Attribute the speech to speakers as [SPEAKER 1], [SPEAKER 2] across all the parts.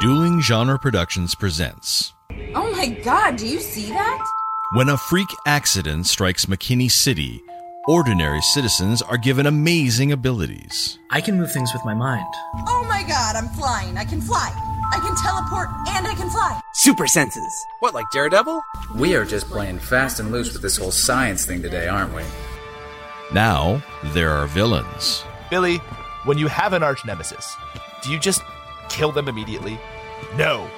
[SPEAKER 1] Dueling Genre Productions presents
[SPEAKER 2] Oh my god, do you see that?
[SPEAKER 1] When a freak accident strikes McKinney City, ordinary citizens are given amazing abilities.
[SPEAKER 3] I can move things with my mind.
[SPEAKER 2] Oh my god, I'm flying. I can fly. I can teleport and I can fly.
[SPEAKER 4] super senses.
[SPEAKER 5] What, like Daredevil?
[SPEAKER 6] We are just playing fast and loose with this whole science thing today, aren't we?
[SPEAKER 1] Now, there are villains.
[SPEAKER 7] Billy, when you have an arch nemesis, do you just kill them immediately? No.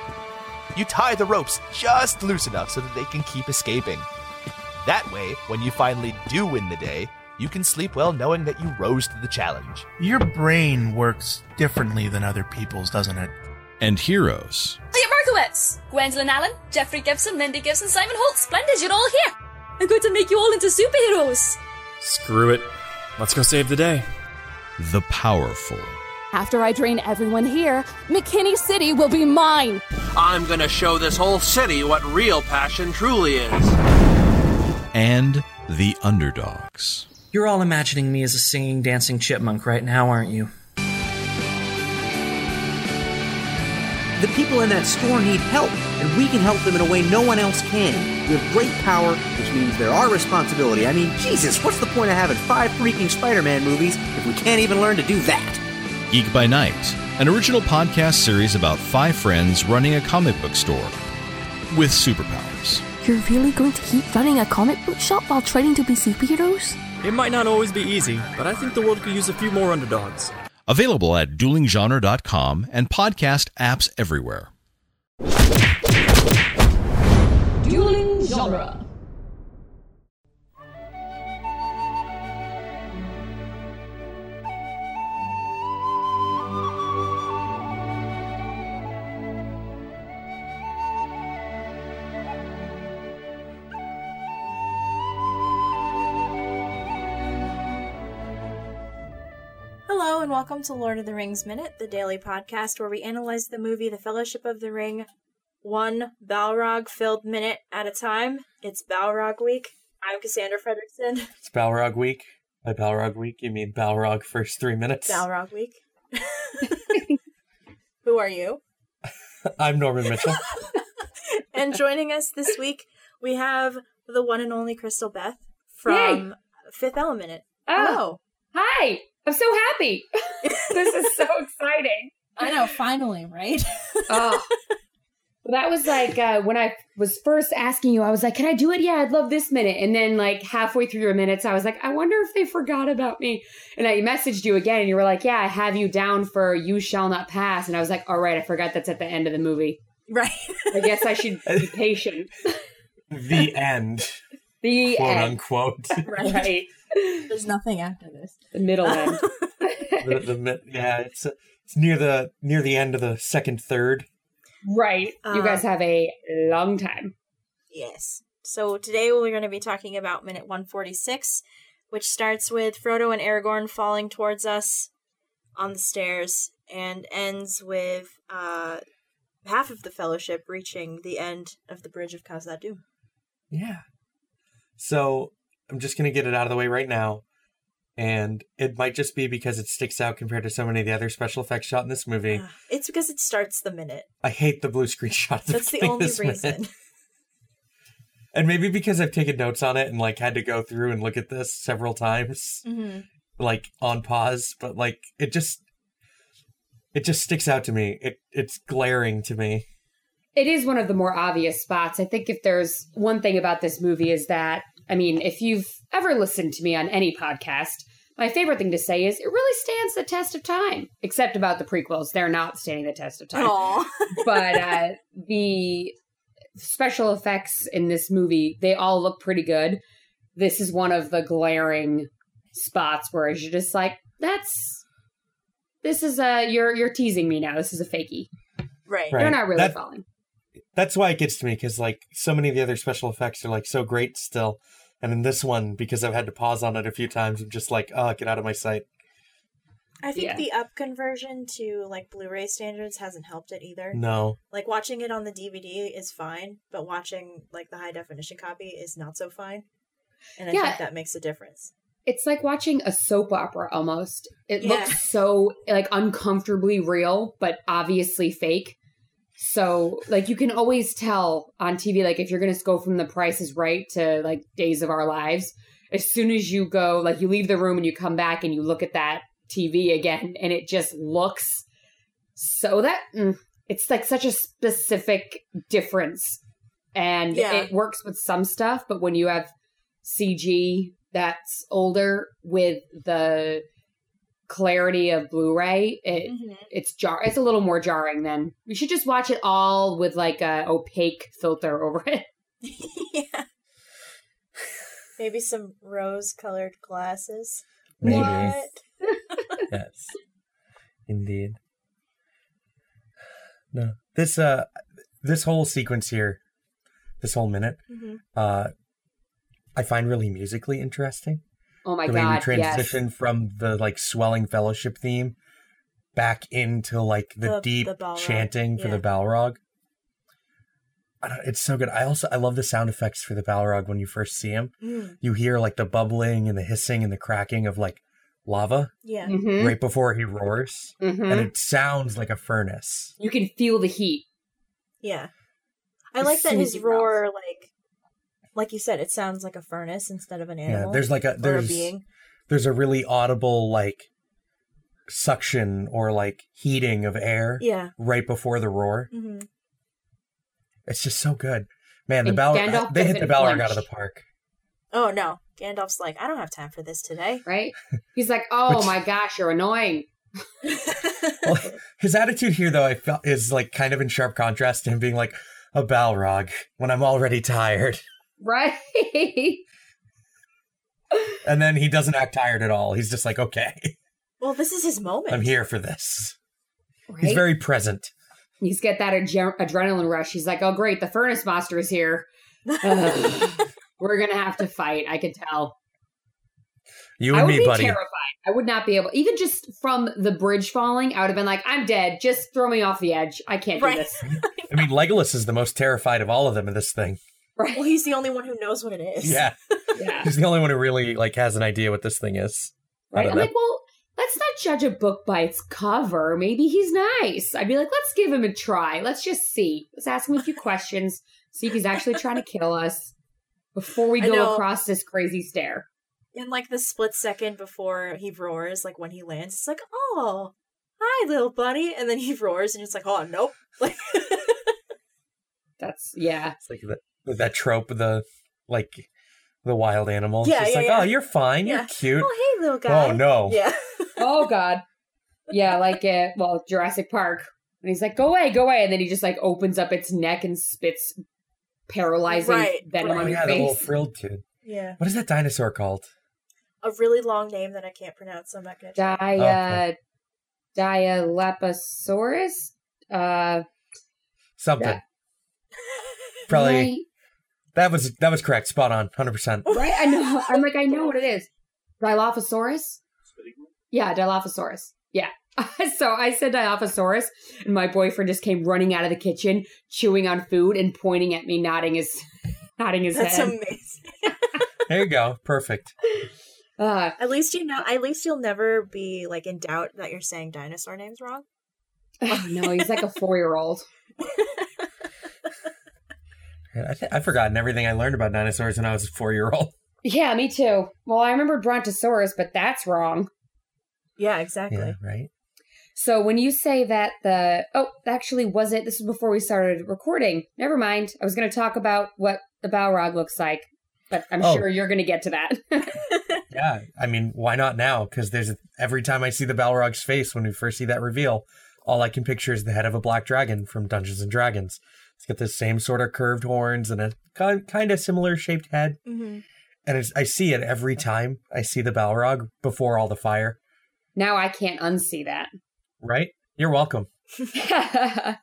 [SPEAKER 7] You tie the ropes just loose enough so that they can keep escaping. That way, when you finally do win the day, you can sleep well knowing that you rose to the challenge.
[SPEAKER 8] Your brain works differently than other people's, doesn't it?
[SPEAKER 1] And heroes.
[SPEAKER 9] Leah Markowitz, Gwendolyn Allen, Jeffrey Gibson, Mindy Gibson, Simon Holt. Splendid, you're all here. I'm going to make you all into superheroes.
[SPEAKER 10] Screw it. Let's go save the day.
[SPEAKER 1] The powerful.
[SPEAKER 9] After I drain everyone here, McKinney City will be mine.
[SPEAKER 11] I'm gonna show this whole city what real passion truly is.
[SPEAKER 1] And the underdogs.
[SPEAKER 3] You're all imagining me as a singing, dancing chipmunk right now, aren't you?
[SPEAKER 4] The people in that store need help, and we can help them in a way no one else can. We have great power, which means there are responsibility. I mean, Jesus, what's the point of having five freaking Spider Man movies if we can't even learn to do that?
[SPEAKER 1] Geek by Night, an original podcast series about five friends running a comic book store with superpowers.
[SPEAKER 12] You're really going to keep running a comic book shop while trying to be superheroes?
[SPEAKER 10] It might not always be easy, but I think the world could use a few more underdogs.
[SPEAKER 1] Available at duelinggenre.com and podcast apps everywhere.
[SPEAKER 2] Dueling genre.
[SPEAKER 13] Hello, and welcome to Lord of the Rings Minute, the daily podcast where we analyze the movie The Fellowship of the Ring one Balrog filled minute at a time. It's Balrog week. I'm Cassandra Fredrickson.
[SPEAKER 14] It's Balrog week. By Balrog week, you mean Balrog first three minutes.
[SPEAKER 13] Balrog week. Who are you?
[SPEAKER 14] I'm Norman Mitchell.
[SPEAKER 13] And joining us this week, we have the one and only Crystal Beth from Fifth Element. It. Hello.
[SPEAKER 15] Hi! I'm so happy. this is so exciting.
[SPEAKER 2] I know, finally, right?
[SPEAKER 15] Oh. Well, that was like uh, when I was first asking you, I was like, can I do it? Yeah, I'd love this minute. And then, like, halfway through your minutes, I was like, I wonder if they forgot about me. And I messaged you again, and you were like, yeah, I have you down for You Shall Not Pass. And I was like, all right, I forgot that's at the end of the movie.
[SPEAKER 13] Right.
[SPEAKER 15] I guess I should be patient.
[SPEAKER 14] the end,
[SPEAKER 15] The
[SPEAKER 14] quote
[SPEAKER 15] end.
[SPEAKER 14] unquote.
[SPEAKER 13] right.
[SPEAKER 15] Right.
[SPEAKER 13] There's nothing after this.
[SPEAKER 15] The middle end.
[SPEAKER 14] the, the, mi- yeah, it's it's near the near the end of the second third.
[SPEAKER 15] Right.
[SPEAKER 2] Uh,
[SPEAKER 15] you guys have a long time.
[SPEAKER 13] Yes. So today we're going to be talking about minute 146, which starts with Frodo and Aragorn falling towards us on the stairs and ends with uh, half of the fellowship reaching the end of the bridge of Khazad Dûm.
[SPEAKER 14] Yeah. So I'm just gonna get it out of the way right now, and it might just be because it sticks out compared to so many of the other special effects shot in this movie.
[SPEAKER 13] Ah, It's because it starts the minute.
[SPEAKER 14] I hate the blue screen shot. At the
[SPEAKER 13] That's the
[SPEAKER 14] beginning of
[SPEAKER 13] only
[SPEAKER 14] this minute.
[SPEAKER 13] reason.
[SPEAKER 14] And maybe because I've taken notes on it and like had to go through and look at this several times,
[SPEAKER 13] hmm
[SPEAKER 14] like on pause, but like it just it just sticks out to me. It it's glaring to me.
[SPEAKER 15] it is one of the more obvious spots. I think if there's one thing about this movie is that, I mean, if you've ever listened to me on any podcast, my favorite thing to say is it really stands the test of time, except about the prequels. They're not standing the test of time.
[SPEAKER 13] Aw.
[SPEAKER 15] but uh, the special effects in this movie, they all look pretty good. This is one of the glaring spots where you're just like, that's. This is a you're you're teasing me now. This is a fakie.
[SPEAKER 13] Right.
[SPEAKER 15] You're
[SPEAKER 14] Right.
[SPEAKER 15] not really
[SPEAKER 14] That-
[SPEAKER 15] falling.
[SPEAKER 14] That's why it gets to me because like so many of the other special effects are like so great still, and in this one because I've had to pause on it a few times, I'm just like, oh, get out of my sight.
[SPEAKER 13] I think
[SPEAKER 15] Yeah.
[SPEAKER 13] the up conversion to like Blu-ray standards hasn't helped it either.
[SPEAKER 14] No,
[SPEAKER 13] Like watching it on the DVD is fine, but watching like the high definition copy is not so fine. And I
[SPEAKER 15] Yeah.
[SPEAKER 13] think that makes a difference.
[SPEAKER 15] it's like watching a soap opera almost. It
[SPEAKER 13] Yeah.
[SPEAKER 15] looks so like uncomfortably real, but obviously fake. So like you can always tell on TV, like if you're gonna go from the price is right to like days of our lives, as soon as you go, like you leave the room and you come back and you look at that TV again and it just looks so that mm, it's like such a specific difference. And
[SPEAKER 13] Yeah.
[SPEAKER 15] it works with some stuff, but when you have CG that's older with the clarity of Blu-ray, it it's jar it's a little more jarring than we should just watch it all with like a opaque filter over it.
[SPEAKER 13] Maybe some rose colored glasses.
[SPEAKER 14] Maybe.
[SPEAKER 13] What?
[SPEAKER 14] yes. Indeed. No. This uh this whole sequence here, this whole minute,
[SPEAKER 15] Mhm.
[SPEAKER 14] uh I find really musically interesting.
[SPEAKER 15] Oh my
[SPEAKER 14] the way we
[SPEAKER 15] god. Yes.
[SPEAKER 14] transition from the like swelling fellowship theme back into like the,
[SPEAKER 15] The-
[SPEAKER 14] deep
[SPEAKER 15] the Balrog,
[SPEAKER 14] chanting for the
[SPEAKER 15] yeah.
[SPEAKER 14] Balrog. I don't, it's so good. I also I love the sound effects for the Balrog when you first see him.
[SPEAKER 13] Mm.
[SPEAKER 14] You hear like the bubbling and the hissing and the cracking of like lava
[SPEAKER 13] Yeah.
[SPEAKER 15] Mm-hmm.
[SPEAKER 14] right before he roars,
[SPEAKER 13] Mhm.
[SPEAKER 14] and it sounds like a furnace.
[SPEAKER 15] You can feel the heat.
[SPEAKER 13] Yeah. I
[SPEAKER 15] As
[SPEAKER 13] like that
[SPEAKER 15] soon as
[SPEAKER 13] his
[SPEAKER 15] he
[SPEAKER 13] roar, like, like you said, it sounds like a furnace instead of an animal.
[SPEAKER 14] Yeah, there's like
[SPEAKER 13] or
[SPEAKER 14] a there's
[SPEAKER 13] being.
[SPEAKER 14] there's a really audible like suction or like heating of air
[SPEAKER 13] Yeah.
[SPEAKER 14] right before the roar.
[SPEAKER 13] Mm-hmm.
[SPEAKER 14] It's just so good. Man, the
[SPEAKER 13] And
[SPEAKER 14] Balrog
[SPEAKER 13] Gandalf
[SPEAKER 14] they hit the
[SPEAKER 13] doesn't
[SPEAKER 14] Balrog
[SPEAKER 13] flinch.
[SPEAKER 14] out of the park.
[SPEAKER 13] Oh no, Gandalf's like, I don't have time for this today.
[SPEAKER 15] Right? He's like, oh
[SPEAKER 14] Which-
[SPEAKER 15] my gosh, you're annoying.
[SPEAKER 14] His attitude here though I felt is like kind of in sharp contrast to him being like a Balrog when I'm already tired.
[SPEAKER 15] Right?
[SPEAKER 14] And then he doesn't act tired at all. He's just like, "Okay,
[SPEAKER 13] Well, this is his moment.
[SPEAKER 14] I'm here for this." He's
[SPEAKER 15] Right?
[SPEAKER 14] very present.
[SPEAKER 15] He's get that adre- adrenaline rush. He's like, oh great, the furnace monster is here. Ugh. We're gonna have to fight. I can tell.
[SPEAKER 14] You
[SPEAKER 15] I
[SPEAKER 14] and
[SPEAKER 15] would
[SPEAKER 14] me,
[SPEAKER 15] be
[SPEAKER 14] buddy.
[SPEAKER 15] terrified. I would not be able, even just from the bridge falling. I would have been like, "I'm dead. Just throw me off the edge. I can't do this."
[SPEAKER 14] I mean, Legolas is the most terrified of all of them in this thing.
[SPEAKER 15] Right?
[SPEAKER 13] Well, he's the only one who knows what it is.
[SPEAKER 14] Yeah. He's the only one who really like has an idea what this thing is. I
[SPEAKER 15] Right?
[SPEAKER 14] don't
[SPEAKER 15] I'm
[SPEAKER 14] know.
[SPEAKER 15] like, well, let's not judge a book by its cover. Maybe he's nice. I'd be like, let's give him a try. Let's just see. Let's ask him a few questions. See if he's actually trying to kill us before we
[SPEAKER 13] I
[SPEAKER 15] go
[SPEAKER 13] know.
[SPEAKER 15] across this crazy stair.
[SPEAKER 13] And like the split second before he roars, like when he lands, it's like, oh, hi, little buddy. And then he roars, and it's like, oh, nope. Like,
[SPEAKER 15] That's yeah.
[SPEAKER 14] It's like that, that trope of the like the wild animal. It's
[SPEAKER 15] Yeah,
[SPEAKER 14] just
[SPEAKER 15] yeah,
[SPEAKER 14] like,
[SPEAKER 15] yeah.
[SPEAKER 14] oh, you're fine,
[SPEAKER 15] Yeah.
[SPEAKER 14] you're cute.
[SPEAKER 13] Oh, hey, little
[SPEAKER 14] guy. Oh, no. Yeah.
[SPEAKER 15] oh god. Yeah, like uh, well, Jurassic Park. And he's like, "Go away, go away," and then he just like opens up its neck and spits paralyzing
[SPEAKER 13] Right,
[SPEAKER 15] venom
[SPEAKER 14] Oh,
[SPEAKER 15] on your
[SPEAKER 14] yeah, the
[SPEAKER 15] face.
[SPEAKER 14] little frilled kid.
[SPEAKER 13] yeah.
[SPEAKER 14] What is that dinosaur called?
[SPEAKER 13] A really long name that I can't pronounce, so I'm not going to
[SPEAKER 15] Dia
[SPEAKER 14] Oh, Okay.
[SPEAKER 15] Dialaposaurus. Uh,
[SPEAKER 14] Something.
[SPEAKER 15] That-
[SPEAKER 14] Probably
[SPEAKER 15] right,
[SPEAKER 14] that was that was correct, spot on, hundred percent.
[SPEAKER 15] right? I know. I'm like, I know what it is. Dilophosaurus. Yeah, Dilophosaurus. Yeah. so I said Dilophosaurus, and my boyfriend just came running out of the kitchen, chewing on food and pointing at me, nodding his, nodding his
[SPEAKER 13] That's
[SPEAKER 15] head.
[SPEAKER 13] amazing.
[SPEAKER 14] There you go. Perfect.
[SPEAKER 15] Uh,
[SPEAKER 13] At least you know. At least you'll never be like in doubt that you're saying dinosaur names wrong.
[SPEAKER 15] no, Oh, he's like a four year old.
[SPEAKER 14] I th- I've forgotten everything I learned about dinosaurs when I was a four year old.
[SPEAKER 15] Yeah, me too. Well, I remember Brontosaurus, but that's wrong.
[SPEAKER 13] Yeah, exactly.
[SPEAKER 14] Yeah, right.
[SPEAKER 15] So when you say that the oh, actually was it? This was before we started recording. Never mind. I was going to talk about what the Balrog looks like, but I'm
[SPEAKER 14] Oh.
[SPEAKER 15] sure you're going to get to that.
[SPEAKER 14] Yeah. I mean, why not now? Because there's every time I see the Balrog's face when we first see that reveal, all I can picture is the head of a black dragon from Dungeons and Dragons. It's got the same sort of curved horns and a kind of similar shaped head.
[SPEAKER 13] Mm-hmm.
[SPEAKER 14] And it's, I see it every time I see the Balrog before all the fire,
[SPEAKER 15] now I can't unsee that.
[SPEAKER 14] right? You're welcome.
[SPEAKER 15] I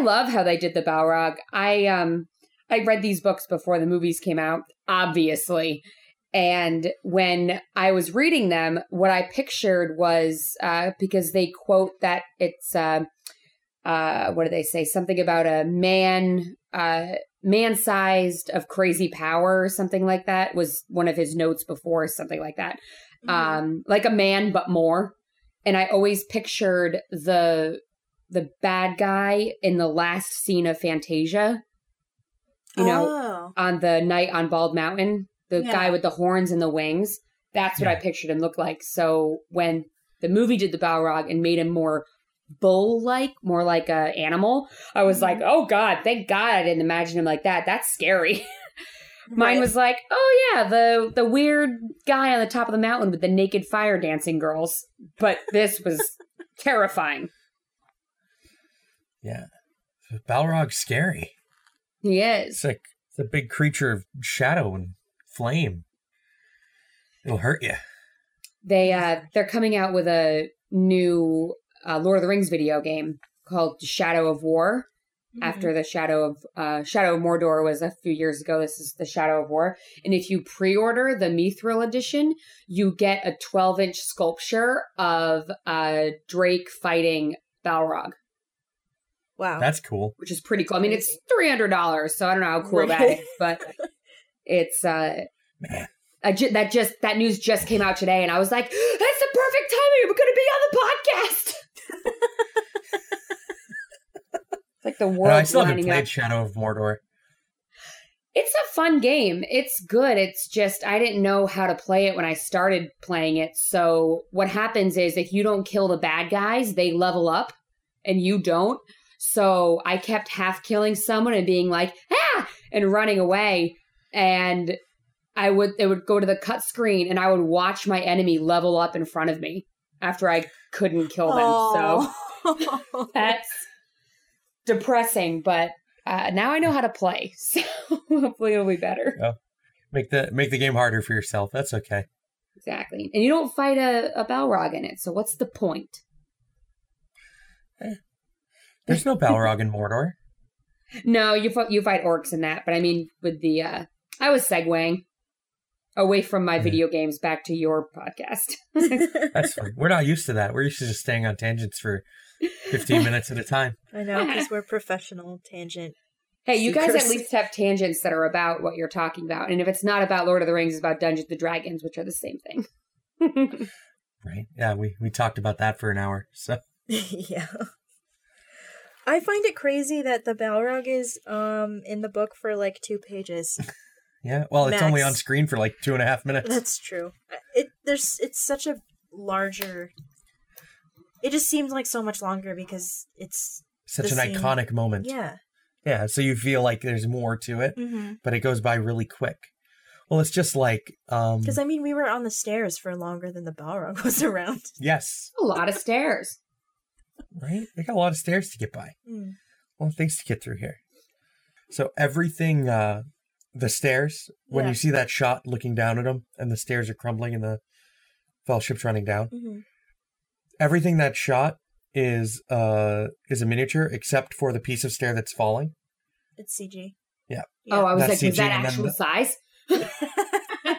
[SPEAKER 15] love how they did the Balrog. I um I read these books before the movies came out, obviously. And when I was reading them, what I pictured was uh, because they quote that it's uh, uh, what do they say? Something about a man uh, man sized of crazy power or something like that was one of his notes before something like that. Um, like a man but more. And I always pictured the the bad guy in the last scene of Fantasia. You know, on the night on Bald Mountain, the
[SPEAKER 13] Yeah.
[SPEAKER 15] guy with the horns and the wings. That's what I pictured him look like. So when the movie did the Balrog and made him more bull-like, more like a animal, I was like, oh god, thank God I didn't imagine him like that. That's scary. Mine was like, oh yeah, the the weird guy on the top of the mountain with the naked fire dancing girls. But this was terrifying.
[SPEAKER 14] Yeah. Balrog's scary.
[SPEAKER 15] He is.
[SPEAKER 14] It's like it's a big creature of shadow and flame. It'll hurt you.
[SPEAKER 15] They uh they're coming out with a new uh, Lord of the Rings video game called Shadow of War.
[SPEAKER 13] Mhm.
[SPEAKER 15] After the Shadow of uh, Shadow of Mordor was a few years ago, this is the Shadow of War. And if you pre-order the Mithril edition, you get a 12-inch sculpture of uh, Drake fighting Balrog,
[SPEAKER 13] Wow.
[SPEAKER 14] That's cool.
[SPEAKER 15] which is pretty cool. I mean, it's three hundred dollars, so I don't know how cool
[SPEAKER 13] Right.
[SPEAKER 15] that is, but it's uh, I ju- that just that news just came out today, and I was like, that's the perfect timing. We're going to be on the podcast. it's like the
[SPEAKER 14] No, I
[SPEAKER 15] world's
[SPEAKER 14] still haven't
[SPEAKER 15] lining
[SPEAKER 14] played
[SPEAKER 15] up.
[SPEAKER 14] Shadow of Mordor.
[SPEAKER 15] It's a fun game. It's good. It's just I didn't know how to play it when I started playing it. So what happens is if you don't kill the bad guys, they level up and you don't. So I kept half killing someone and being like, ah, and running away. And I would it would go to the cut screen and I would watch my enemy level up in front of me after I couldn't kill them. So that's depressing, but uh, now I know how to play. So hopefully it'll be better.
[SPEAKER 14] Oh, make the make the game harder for yourself. That's okay.
[SPEAKER 15] Exactly. And you don't fight a, a Balrog in it, so what's the point?
[SPEAKER 14] Eh. There's no Balrog in Mordor.
[SPEAKER 15] No, you fi- you fight orcs in that, but I mean with the uh I was segueing away from my video games back to your podcast.
[SPEAKER 14] That's fine. We're not used to that. We're used to just staying on tangents for 15 minutes at a time.
[SPEAKER 13] I know because we're professional tangent.
[SPEAKER 15] hey, you guys at
[SPEAKER 13] seekers.
[SPEAKER 15] least have tangents that are about what you're talking about. And if it's not about Lord of the Rings, it's about Dungeons and Dragons, which are the same thing.
[SPEAKER 14] Right? Yeah, we we talked about that for an hour. So
[SPEAKER 13] yeah. I find it crazy that the Balrog is um in the book for like two pages.
[SPEAKER 14] yeah, well, it's only
[SPEAKER 13] Max.
[SPEAKER 14] on screen for like two and a half minutes.
[SPEAKER 13] That's true. It there's it's such a larger. It just seems like so much longer because it's
[SPEAKER 14] Such
[SPEAKER 13] the
[SPEAKER 14] an
[SPEAKER 13] same-
[SPEAKER 14] iconic moment.
[SPEAKER 13] Yeah.
[SPEAKER 14] Yeah, so you feel like there's more to it,
[SPEAKER 13] Mhm.
[SPEAKER 14] but it goes by really quick. Well, it's just like um
[SPEAKER 13] Because I mean, we were on the stairs for longer than the Balrog was around.
[SPEAKER 14] yes,
[SPEAKER 15] A lot of stairs.
[SPEAKER 14] right? They got a lot of stairs to get by.
[SPEAKER 13] Mm.
[SPEAKER 14] a lot of things to get through here. So everything uh the stairs when
[SPEAKER 13] Yeah.
[SPEAKER 14] you see that shot looking down at them and the stairs are crumbling and the fellowship's running down.
[SPEAKER 13] Mhm.
[SPEAKER 14] Everything that shot is uh is a miniature except for the piece of stair that's falling.
[SPEAKER 13] It's CG.
[SPEAKER 14] Yeah.
[SPEAKER 15] Oh, I was
[SPEAKER 14] That's
[SPEAKER 15] like, was
[SPEAKER 14] CG,
[SPEAKER 15] that
[SPEAKER 14] and then
[SPEAKER 15] actual
[SPEAKER 14] the-
[SPEAKER 15] size?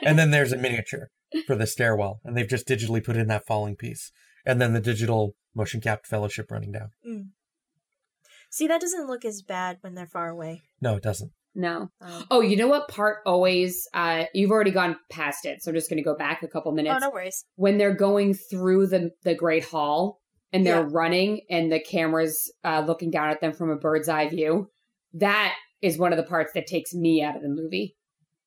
[SPEAKER 14] and then there's a miniature for the stairwell, and they've just digitally put in that falling piece, and then the digital motion capped fellowship running down.
[SPEAKER 13] Mm. See, that doesn't look as bad when they're far away.
[SPEAKER 14] No, it doesn't.
[SPEAKER 15] No. Oh, you know what part always uh you've already gone past it, so I'm just gonna go back a couple minutes.
[SPEAKER 13] Oh, no worries.
[SPEAKER 15] When they're going through the the Great Hall and they're
[SPEAKER 13] Yeah.
[SPEAKER 15] running and the camera's uh looking down at them from a bird's eye view, that is one of the parts that takes me out of the movie.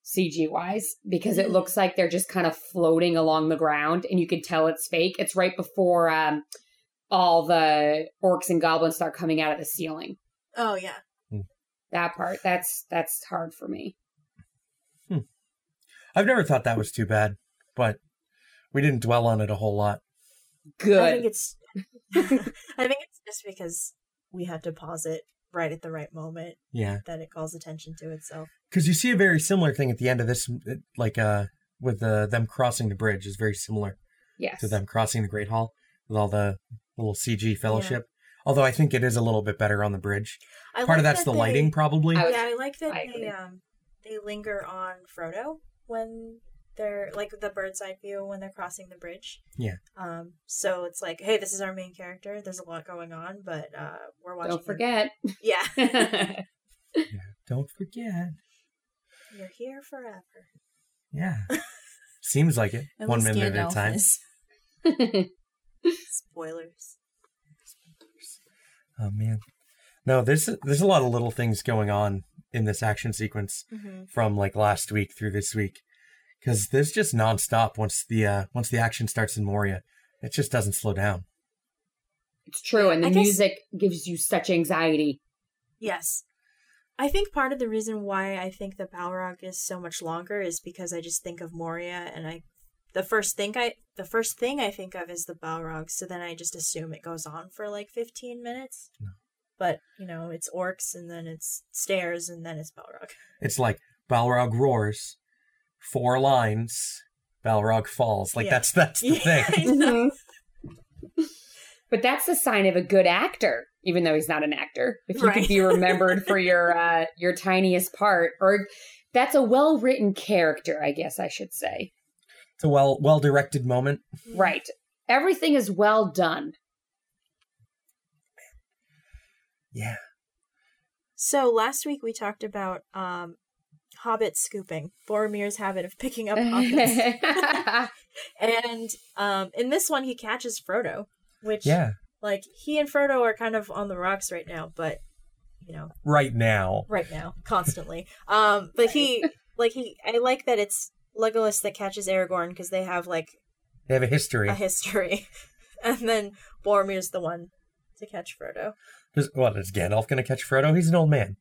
[SPEAKER 15] CG wise, because it
[SPEAKER 13] Mhm.
[SPEAKER 15] looks like they're just kind of floating along the ground and you can tell it's fake. It's right before um, all the orcs and goblins start coming out of the ceiling.
[SPEAKER 13] Oh yeah.
[SPEAKER 15] That part, that's that's hard for me.
[SPEAKER 14] I've never thought that was too bad, but we didn't dwell on it a whole lot.
[SPEAKER 13] I think it's. I think it's just because we had to pause it right at the right moment.
[SPEAKER 14] Yeah.
[SPEAKER 13] That it calls attention to itself.
[SPEAKER 14] Because you see a very similar thing at the end of this, it- like uh, with the, them crossing the bridge is very similar
[SPEAKER 15] Yes.
[SPEAKER 14] to them crossing the Great Hall with all the little CG fellowship. Although I think it is a little bit better on the bridge.
[SPEAKER 13] I
[SPEAKER 14] Part of
[SPEAKER 13] like
[SPEAKER 14] that's
[SPEAKER 13] that
[SPEAKER 14] the
[SPEAKER 13] they-
[SPEAKER 14] lighting, probably.
[SPEAKER 13] yeah, I like that
[SPEAKER 15] I
[SPEAKER 13] they
[SPEAKER 15] agree.
[SPEAKER 13] um they linger on Frodo when they're like the bird's eye view when they're crossing the bridge.
[SPEAKER 14] Yeah.
[SPEAKER 13] Um, so it's like, hey, this is our main character. There's a lot going on, but uh, we're watching.
[SPEAKER 15] Don't forget.
[SPEAKER 13] Yeah.
[SPEAKER 14] Don't forget.
[SPEAKER 13] You're here forever.
[SPEAKER 14] Yeah. Seems like it.
[SPEAKER 13] At
[SPEAKER 14] One
[SPEAKER 13] least
[SPEAKER 14] minute at a
[SPEAKER 13] Gandalf
[SPEAKER 14] time.
[SPEAKER 13] is. Spoilers.
[SPEAKER 14] Oh man. No, there's there's a lot of little things going on in this action sequence
[SPEAKER 13] Mhm.
[SPEAKER 14] from like last week through this week, because there's just nonstop once the uh, once the action starts in Moria, it just doesn't slow down.
[SPEAKER 15] It's true, and the
[SPEAKER 13] I guess-
[SPEAKER 15] music gives you such anxiety.
[SPEAKER 13] Yes. I think part of the reason why I think the Balrog is so much longer is because I just think of Moria and I the first thing I the first thing I think of is the Balrog, so then I just assume it goes on for like 15 minutes. But, you know, it's orcs and then it's stairs and then it's Balrog.
[SPEAKER 14] It's like Balrog roars, four lines, Balrog falls. Like
[SPEAKER 13] Yeah.
[SPEAKER 14] that's that's the thing.
[SPEAKER 15] Mhm. Mm-hmm. but that's the sign of a good actor, even though he's not an actor. If you
[SPEAKER 13] Right.
[SPEAKER 15] can be remembered for your uh, your tiniest part, or that's a well written character, I guess I should say.
[SPEAKER 14] It's a well well directed moment.
[SPEAKER 15] Right, everything is well done.
[SPEAKER 14] Yeah.
[SPEAKER 13] So last week we talked about um hobbit scooping, Boromir's habit of picking up hobbits. and um in this one he catches Frodo, which
[SPEAKER 14] Yeah.
[SPEAKER 13] like he and Frodo are kind of on the rocks right now, but you know,
[SPEAKER 14] Right now.
[SPEAKER 13] right now, constantly. um but he like he I like that it's Legolas that catches Aragorn because they have like
[SPEAKER 14] They have a history.
[SPEAKER 13] a history. and then Boromir's the one to catch Frodo.
[SPEAKER 14] 'Cause- What is Gandalf going to catch Frodo? He's an old man.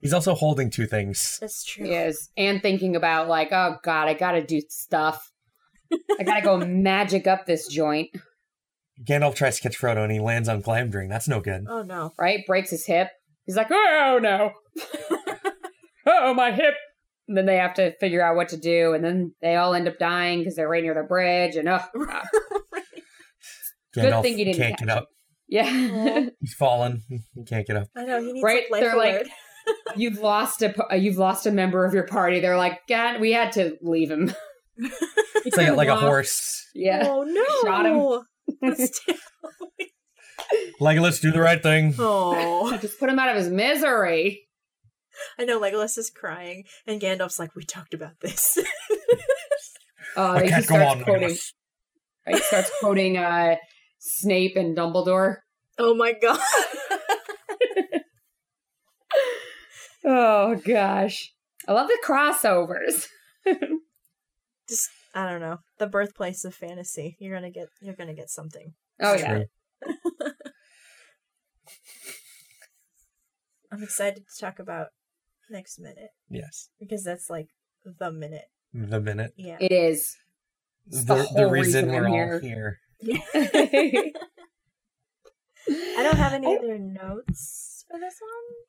[SPEAKER 14] He's also holding two things.
[SPEAKER 13] That's true.
[SPEAKER 15] Yes, and thinking about like, oh god, I gotta do stuff. I gotta go magic up this joint.
[SPEAKER 14] Gandalf tries to catch Frodo and he lands on Glamdring. That's no good.
[SPEAKER 13] Oh no!
[SPEAKER 15] Right, breaks his hip. He's like, oh no, oh my hip. And then they have to figure out what to do, and then they all end up dying because they're right near the bridge. And oh, God. Good
[SPEAKER 14] Gandalf
[SPEAKER 15] thing you didn't
[SPEAKER 14] can't
[SPEAKER 15] catch
[SPEAKER 14] get up.
[SPEAKER 15] yeah,
[SPEAKER 14] He's fallen. He can't get up.
[SPEAKER 13] I know he needs
[SPEAKER 15] right.
[SPEAKER 13] like life
[SPEAKER 15] they're like,
[SPEAKER 13] alert.
[SPEAKER 15] you've lost a p- you've lost a member of your party. They're like, God, we had to leave him.
[SPEAKER 14] It's like, a- like a
[SPEAKER 15] Wow.
[SPEAKER 14] horse.
[SPEAKER 15] yeah,
[SPEAKER 13] Oh no!
[SPEAKER 15] Shot him.
[SPEAKER 13] That's ter-
[SPEAKER 14] Legolas, do the right thing.
[SPEAKER 13] oh,
[SPEAKER 15] just put him out of his misery.
[SPEAKER 13] I know Legolas is crying, and Gandalf's like, "We talked about this."
[SPEAKER 15] Uh,
[SPEAKER 14] I
[SPEAKER 15] he
[SPEAKER 14] can't go
[SPEAKER 15] starts
[SPEAKER 14] on like
[SPEAKER 15] quoting.
[SPEAKER 14] this.
[SPEAKER 15] Right, he starts quoting uh, Snape and Dumbledore.
[SPEAKER 13] oh my god!
[SPEAKER 15] Oh gosh, I love the crossovers.
[SPEAKER 13] Just I don't know the birthplace of fantasy. You're gonna get you're gonna get something.
[SPEAKER 15] Oh
[SPEAKER 14] It's
[SPEAKER 15] yeah,
[SPEAKER 14] true.
[SPEAKER 13] I'm excited to talk about next minute
[SPEAKER 14] Yes.
[SPEAKER 13] because that's like the minute.
[SPEAKER 14] The minute.
[SPEAKER 13] Yeah.
[SPEAKER 15] it is. It's the
[SPEAKER 14] The, the
[SPEAKER 15] whole
[SPEAKER 14] reason
[SPEAKER 15] reason
[SPEAKER 14] we're
[SPEAKER 15] I'm
[SPEAKER 14] all
[SPEAKER 15] here.
[SPEAKER 14] here.
[SPEAKER 13] I don't have any other notes for this one.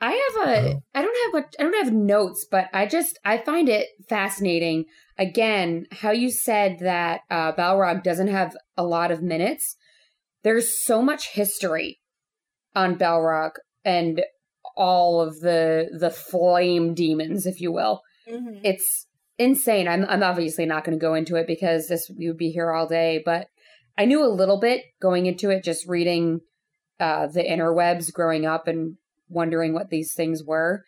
[SPEAKER 15] I have a I don't have much I don't have notes, but I just I find it fascinating again how you said that uh Balrog doesn't have a lot of minutes. There's so much history on Balrog and all of the the flame demons, if you will.
[SPEAKER 13] Mm-hmm.
[SPEAKER 15] It's insane. I'm I'm obviously not going to go into it because this we would be here all day, but I knew a little bit going into it just reading uh the interwebs growing up and wondering what these things were,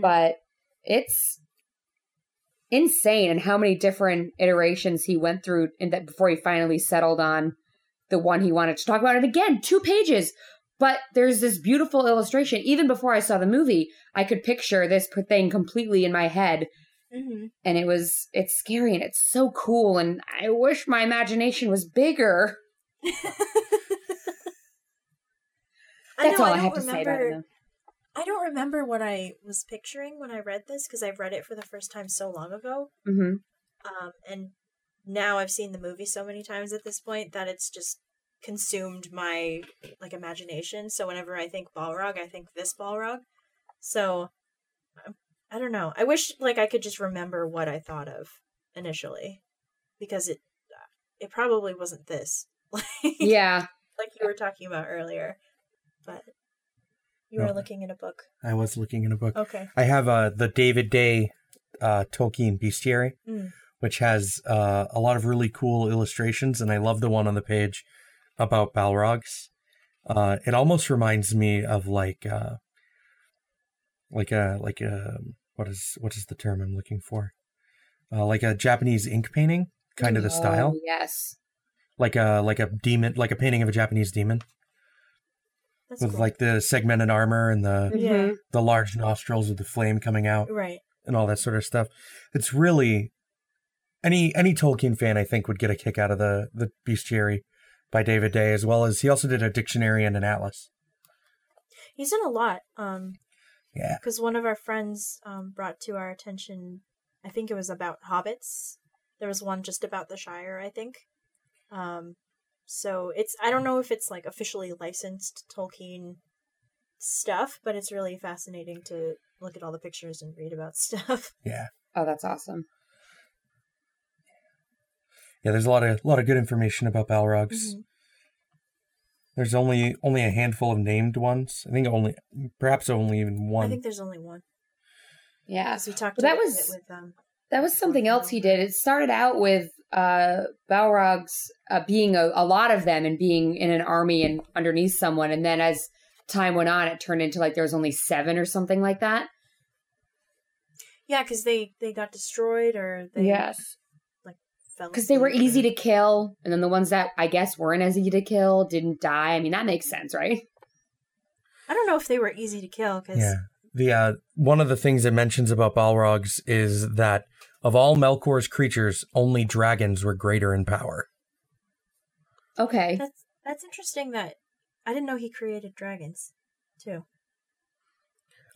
[SPEAKER 15] but it's insane and how many different iterations he went through and that before he finally settled on the one he wanted to talk about and again two pages but there's this beautiful illustration even before i saw the movie i could picture this p- thing completely in my head
[SPEAKER 13] hmm
[SPEAKER 15] and it was it's scary and it's so cool and i wish my imagination was bigger that's all i, have to say about it though.
[SPEAKER 13] I don't remember what I was picturing when I read this because I read it for the first time so long ago.
[SPEAKER 15] Mhm.
[SPEAKER 13] Um, and now I've seen the movie so many times at this point that it's just consumed my like imagination. So whenever I think Balrog, I think this Balrog. So um, I don't know. I wish like I could just remember what I thought of initially because it uh, it probably wasn't this. Like
[SPEAKER 15] yeah
[SPEAKER 13] like you were talking about earlier. But you were
[SPEAKER 14] No.
[SPEAKER 13] looking in a book.
[SPEAKER 14] I was looking in a book.
[SPEAKER 13] Okay.
[SPEAKER 14] I have uh, the David Day uh, Tolkien Bestiary,
[SPEAKER 13] Mm.
[SPEAKER 14] which has uh, a lot of really cool illustrations, and I love the one on the page about Balrogs. Uh, it almost reminds me of like uh, like a like a what is what is the term I'm looking for? Uh, like a Japanese ink painting, kind of the
[SPEAKER 15] Oh,
[SPEAKER 14] style,
[SPEAKER 15] yes
[SPEAKER 14] like a like a demon, like a painting of a Japanese demon.
[SPEAKER 15] That's
[SPEAKER 14] with
[SPEAKER 15] cool.
[SPEAKER 14] like the segmented armor and the
[SPEAKER 15] Yeah.
[SPEAKER 14] the large nostrils with the flame coming out
[SPEAKER 15] Right.
[SPEAKER 14] and all that sort of stuff. It's really any any Tolkien fan I think would get a kick out of the the bestiary by David Day as well as he also did a dictionary and an atlas.
[SPEAKER 15] He's done a lot. Um,
[SPEAKER 14] Yeah.
[SPEAKER 15] Because one of our friends um, brought to our attention, I think it was about hobbits. There was one just about the Shire, I think. Um, so it's I don't know if it's like officially licensed Tolkien stuff, but it's really fascinating to look at all the pictures and read about stuff.
[SPEAKER 14] Yeah.
[SPEAKER 13] Oh, that's awesome.
[SPEAKER 14] Yeah, there's a lot of a lot of good information about Balrogs.
[SPEAKER 13] Mm-hmm.
[SPEAKER 14] There's only only a handful of named ones. I think only perhaps only even one.
[SPEAKER 15] I think there's only one.
[SPEAKER 13] Yeah.
[SPEAKER 15] we talked
[SPEAKER 13] Well, that
[SPEAKER 15] about
[SPEAKER 13] was-
[SPEAKER 15] it with um,
[SPEAKER 13] That was something else he did. It started out with uh, Balrogs uh, being a, a lot of them and being in an army and underneath someone. And then as time went on, it turned into like there was only seven or something like that.
[SPEAKER 15] Yeah, because they they got destroyed or they
[SPEAKER 13] Yes.
[SPEAKER 15] like fell
[SPEAKER 13] Because they were easy to kill. And then the ones that I guess weren't as easy to kill didn't die. I mean, that makes sense, right?
[SPEAKER 15] I don't know if they were easy to kill because
[SPEAKER 14] Yeah. The uh, one of the things it mentions about Balrogs is that of all Melkor's creatures, only dragons were greater in power.
[SPEAKER 13] Okay.
[SPEAKER 15] That's that's interesting that I didn't know he created dragons too.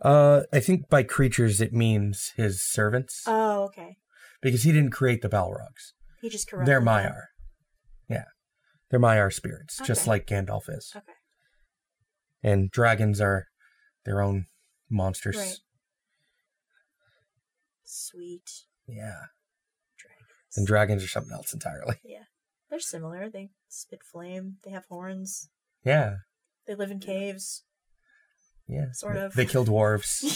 [SPEAKER 14] Uh, I think by creatures it means his servants,
[SPEAKER 15] Oh, okay.
[SPEAKER 14] because he didn't create the Balrogs.
[SPEAKER 15] He just corrupted
[SPEAKER 14] They're
[SPEAKER 15] them.
[SPEAKER 14] Maiar. Yeah, they're Maiar spirits, just
[SPEAKER 15] Okay.
[SPEAKER 14] like Gandalf is.
[SPEAKER 15] Okay.
[SPEAKER 14] And dragons are their own monsters.
[SPEAKER 15] Right. Sweet.
[SPEAKER 14] Yeah. And dragons are something else entirely.
[SPEAKER 15] Yeah. They're similar. They spit flame. They have horns.
[SPEAKER 14] Yeah.
[SPEAKER 15] They live in caves.
[SPEAKER 14] Yeah.
[SPEAKER 15] Sort of.
[SPEAKER 14] They kill dwarves.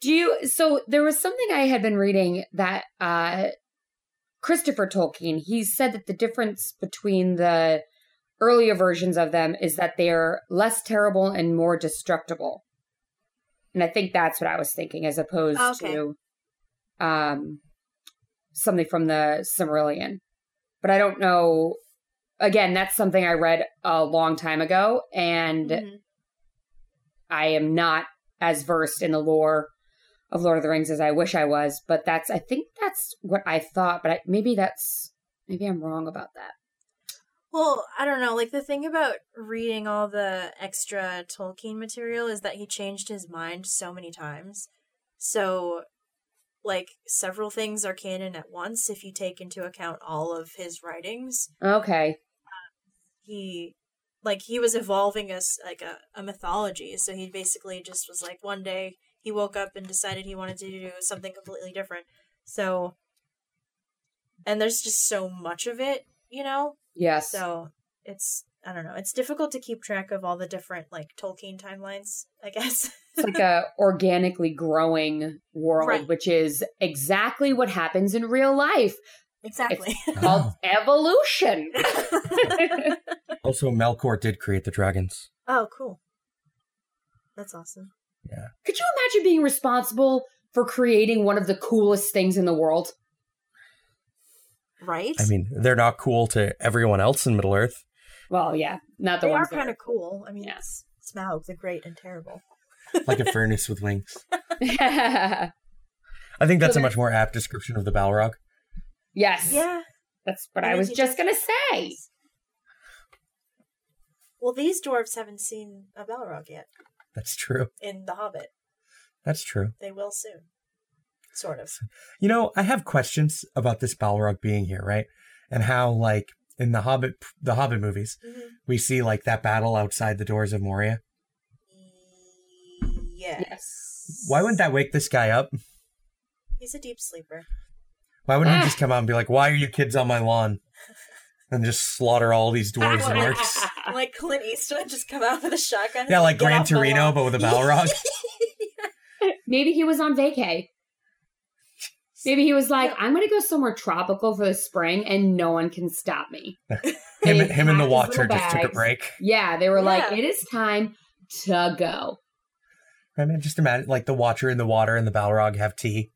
[SPEAKER 13] Do you? So there was something I had been reading that uh, Christopher Tolkien. He said that the difference between the earlier versions of them is that they are less terrible and more destructible. And I think that's what I was thinking, as opposed
[SPEAKER 15] Okay.
[SPEAKER 13] to um, something from the Cimmerillion. But I don't know. Again, that's something I read a long time ago, and I am not as versed in the lore of Lord of the Rings as I wish I was, but that's I think that's what I thought, but I, maybe that's maybe I'm wrong about that.
[SPEAKER 15] Well, I don't know. Like the thing about reading all the extra Tolkien material is that he changed his mind so many times. So, like several things are canon at once if you take into account all of his writings.
[SPEAKER 13] Okay.
[SPEAKER 15] he like he was evolving us like a, a mythology so he basically just was like one day he woke up and decided he wanted to do something completely different so and there's just so much of it you know
[SPEAKER 13] Yes.
[SPEAKER 15] so it's i don't know it's difficult to keep track of all the different like tolkien timelines i guess
[SPEAKER 13] It's like a organically growing world,
[SPEAKER 15] Right.
[SPEAKER 13] which is exactly what happens in real life.
[SPEAKER 15] Exactly.
[SPEAKER 13] It's called evolution.
[SPEAKER 14] also, Melkor did create the dragons.
[SPEAKER 15] oh cool that's awesome
[SPEAKER 13] Could you imagine being responsible for creating one of the coolest things in the world?
[SPEAKER 15] right
[SPEAKER 14] I mean, they're not cool to everyone else in Middle Earth.
[SPEAKER 13] Well, yeah, not the
[SPEAKER 15] they are
[SPEAKER 13] ones that
[SPEAKER 15] kind of cool i mean yes. smaug the great and terrible
[SPEAKER 14] Like a furnace with wings.
[SPEAKER 13] yes.
[SPEAKER 14] I think that's
[SPEAKER 13] So
[SPEAKER 14] a
[SPEAKER 13] they're-
[SPEAKER 14] much more apt description of the Balrog.
[SPEAKER 13] Yeah. That's what I
[SPEAKER 15] And
[SPEAKER 13] was
[SPEAKER 15] he
[SPEAKER 13] just
[SPEAKER 15] does-
[SPEAKER 13] going to say.
[SPEAKER 15] well these dwarves haven't seen a balrog yet
[SPEAKER 14] That's true.
[SPEAKER 15] in the hobbit
[SPEAKER 14] That's true.
[SPEAKER 15] They will soon. Sort of.
[SPEAKER 14] You know, I have questions about this Balrog being here, right? And how, like, in the Hobbit, the Hobbit movies,
[SPEAKER 15] Mm-hmm.
[SPEAKER 14] we see like that battle outside the doors of Moria.
[SPEAKER 15] Yes.
[SPEAKER 14] Why wouldn't that wake this guy up?
[SPEAKER 15] He's a deep sleeper.
[SPEAKER 14] Why wouldn't
[SPEAKER 15] Ah.
[SPEAKER 14] he just come out and be like, "Why are you kids on my lawn?" and just slaughter all these dwarves and orcs?
[SPEAKER 15] like Clint Eastwood just come out with a shotgun. and
[SPEAKER 14] Yeah, like
[SPEAKER 15] get
[SPEAKER 14] Gran
[SPEAKER 15] off my
[SPEAKER 14] Torino,
[SPEAKER 15] lawn.
[SPEAKER 2] Ah.
[SPEAKER 14] but with a Balrog.
[SPEAKER 13] Maybe he was on vacay. Maybe he was like, I'm going to go somewhere tropical for the spring and no one can stop me.
[SPEAKER 14] him, him and the
[SPEAKER 13] packed his
[SPEAKER 14] Watcher
[SPEAKER 13] little
[SPEAKER 14] just took a
[SPEAKER 13] bags.
[SPEAKER 14] break.
[SPEAKER 13] Yeah, they were like,
[SPEAKER 15] Yeah.
[SPEAKER 13] it is time to go.
[SPEAKER 14] I mean, just imagine like the Watcher in the water and the Balrog have tea.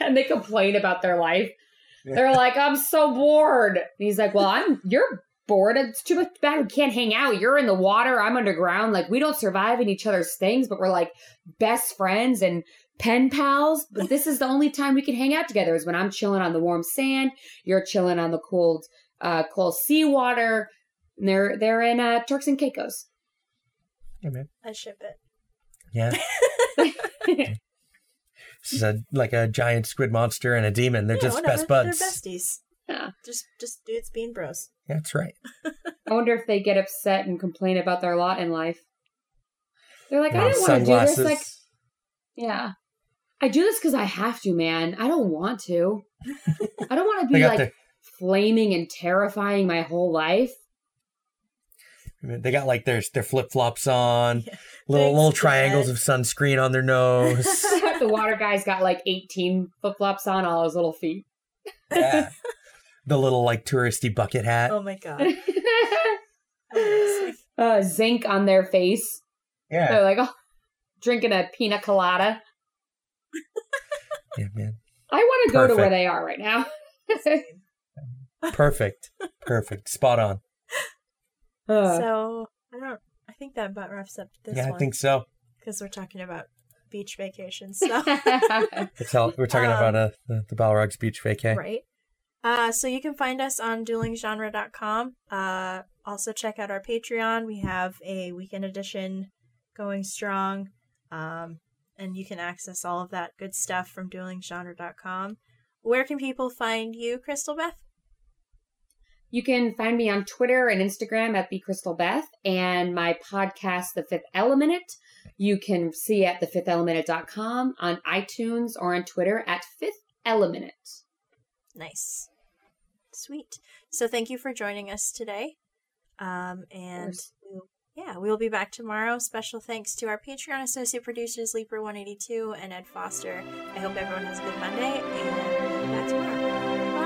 [SPEAKER 13] and they complain about their life. They're like, I'm so bored. And he's like, Well, I'm you're bored. It's too much bad. We can't hang out. You're in the water. I'm underground. Like, we don't survive in each other's things, but we're like best friends and pen pals. But this is the only time we can hang out together is when I'm chilling on the warm sand. You're chilling on the cold, uh, cold seawater. And they're, they're in uh, Turks and Caicos.
[SPEAKER 14] Yeah, man.
[SPEAKER 15] I ship it.
[SPEAKER 14] Yeah. this is a, like a giant squid monster and a demon. They're
[SPEAKER 15] Yeah,
[SPEAKER 14] just
[SPEAKER 15] whatever.
[SPEAKER 14] best buds.
[SPEAKER 15] They're besties.
[SPEAKER 13] Yeah.
[SPEAKER 15] Just just dudes being bros.
[SPEAKER 14] That's right.
[SPEAKER 13] I wonder if they get upset and complain about their lot in life. They're like, I
[SPEAKER 14] Wow,
[SPEAKER 13] didn't want to do this.
[SPEAKER 14] sunglasses.
[SPEAKER 13] Like, yeah, I do this because I have to, man. I don't want to. I don't want to
[SPEAKER 14] They
[SPEAKER 13] be
[SPEAKER 14] got
[SPEAKER 13] like
[SPEAKER 14] the-
[SPEAKER 13] flaming and terrifying my whole life.
[SPEAKER 14] I mean, They got like their their flip flops on, little little triangles of sunscreen on their nose.
[SPEAKER 13] the water guy's got like eighteen flip flops on all his little feet.
[SPEAKER 14] Yeah. the little like touristy bucket hat.
[SPEAKER 15] Oh my god.
[SPEAKER 13] uh, zinc on their face.
[SPEAKER 14] Yeah.
[SPEAKER 13] They're like, oh, drinking a pina colada.
[SPEAKER 14] Yeah, man.
[SPEAKER 13] I want to go to where
[SPEAKER 14] Perfect.
[SPEAKER 13] they are right now.
[SPEAKER 14] Perfect. Perfect. Spot on.
[SPEAKER 15] so I don't. I think that about wraps up this
[SPEAKER 14] yeah,
[SPEAKER 15] one.
[SPEAKER 14] I think so.
[SPEAKER 15] Because we're talking about beach vacations. So.
[SPEAKER 14] It's all, we're
[SPEAKER 15] Um,
[SPEAKER 14] talking about uh, the, the Balrog's beach vacay.
[SPEAKER 15] Right. Uh, so you can find us on duelinggenre.com. Uh, also check out our Patreon. We have a weekend edition going strong. Um, and you can access all of that good stuff from duelinggenre.com. Where can people find you, Crystal Beth?
[SPEAKER 13] You can find me on Twitter and Instagram at the Crystal Beth and my podcast, The Fifth Element. You can see at thefifthelementit.com on iTunes or on Twitter at Fifth Element.
[SPEAKER 15] Nice. Sweet. So thank you for joining us today. Um, and yeah, we'll be back tomorrow. Special thanks to our Patreon associate producers, Leaper182 and Ed Foster. I hope everyone has a good Monday, and we'll be back tomorrow. Bye.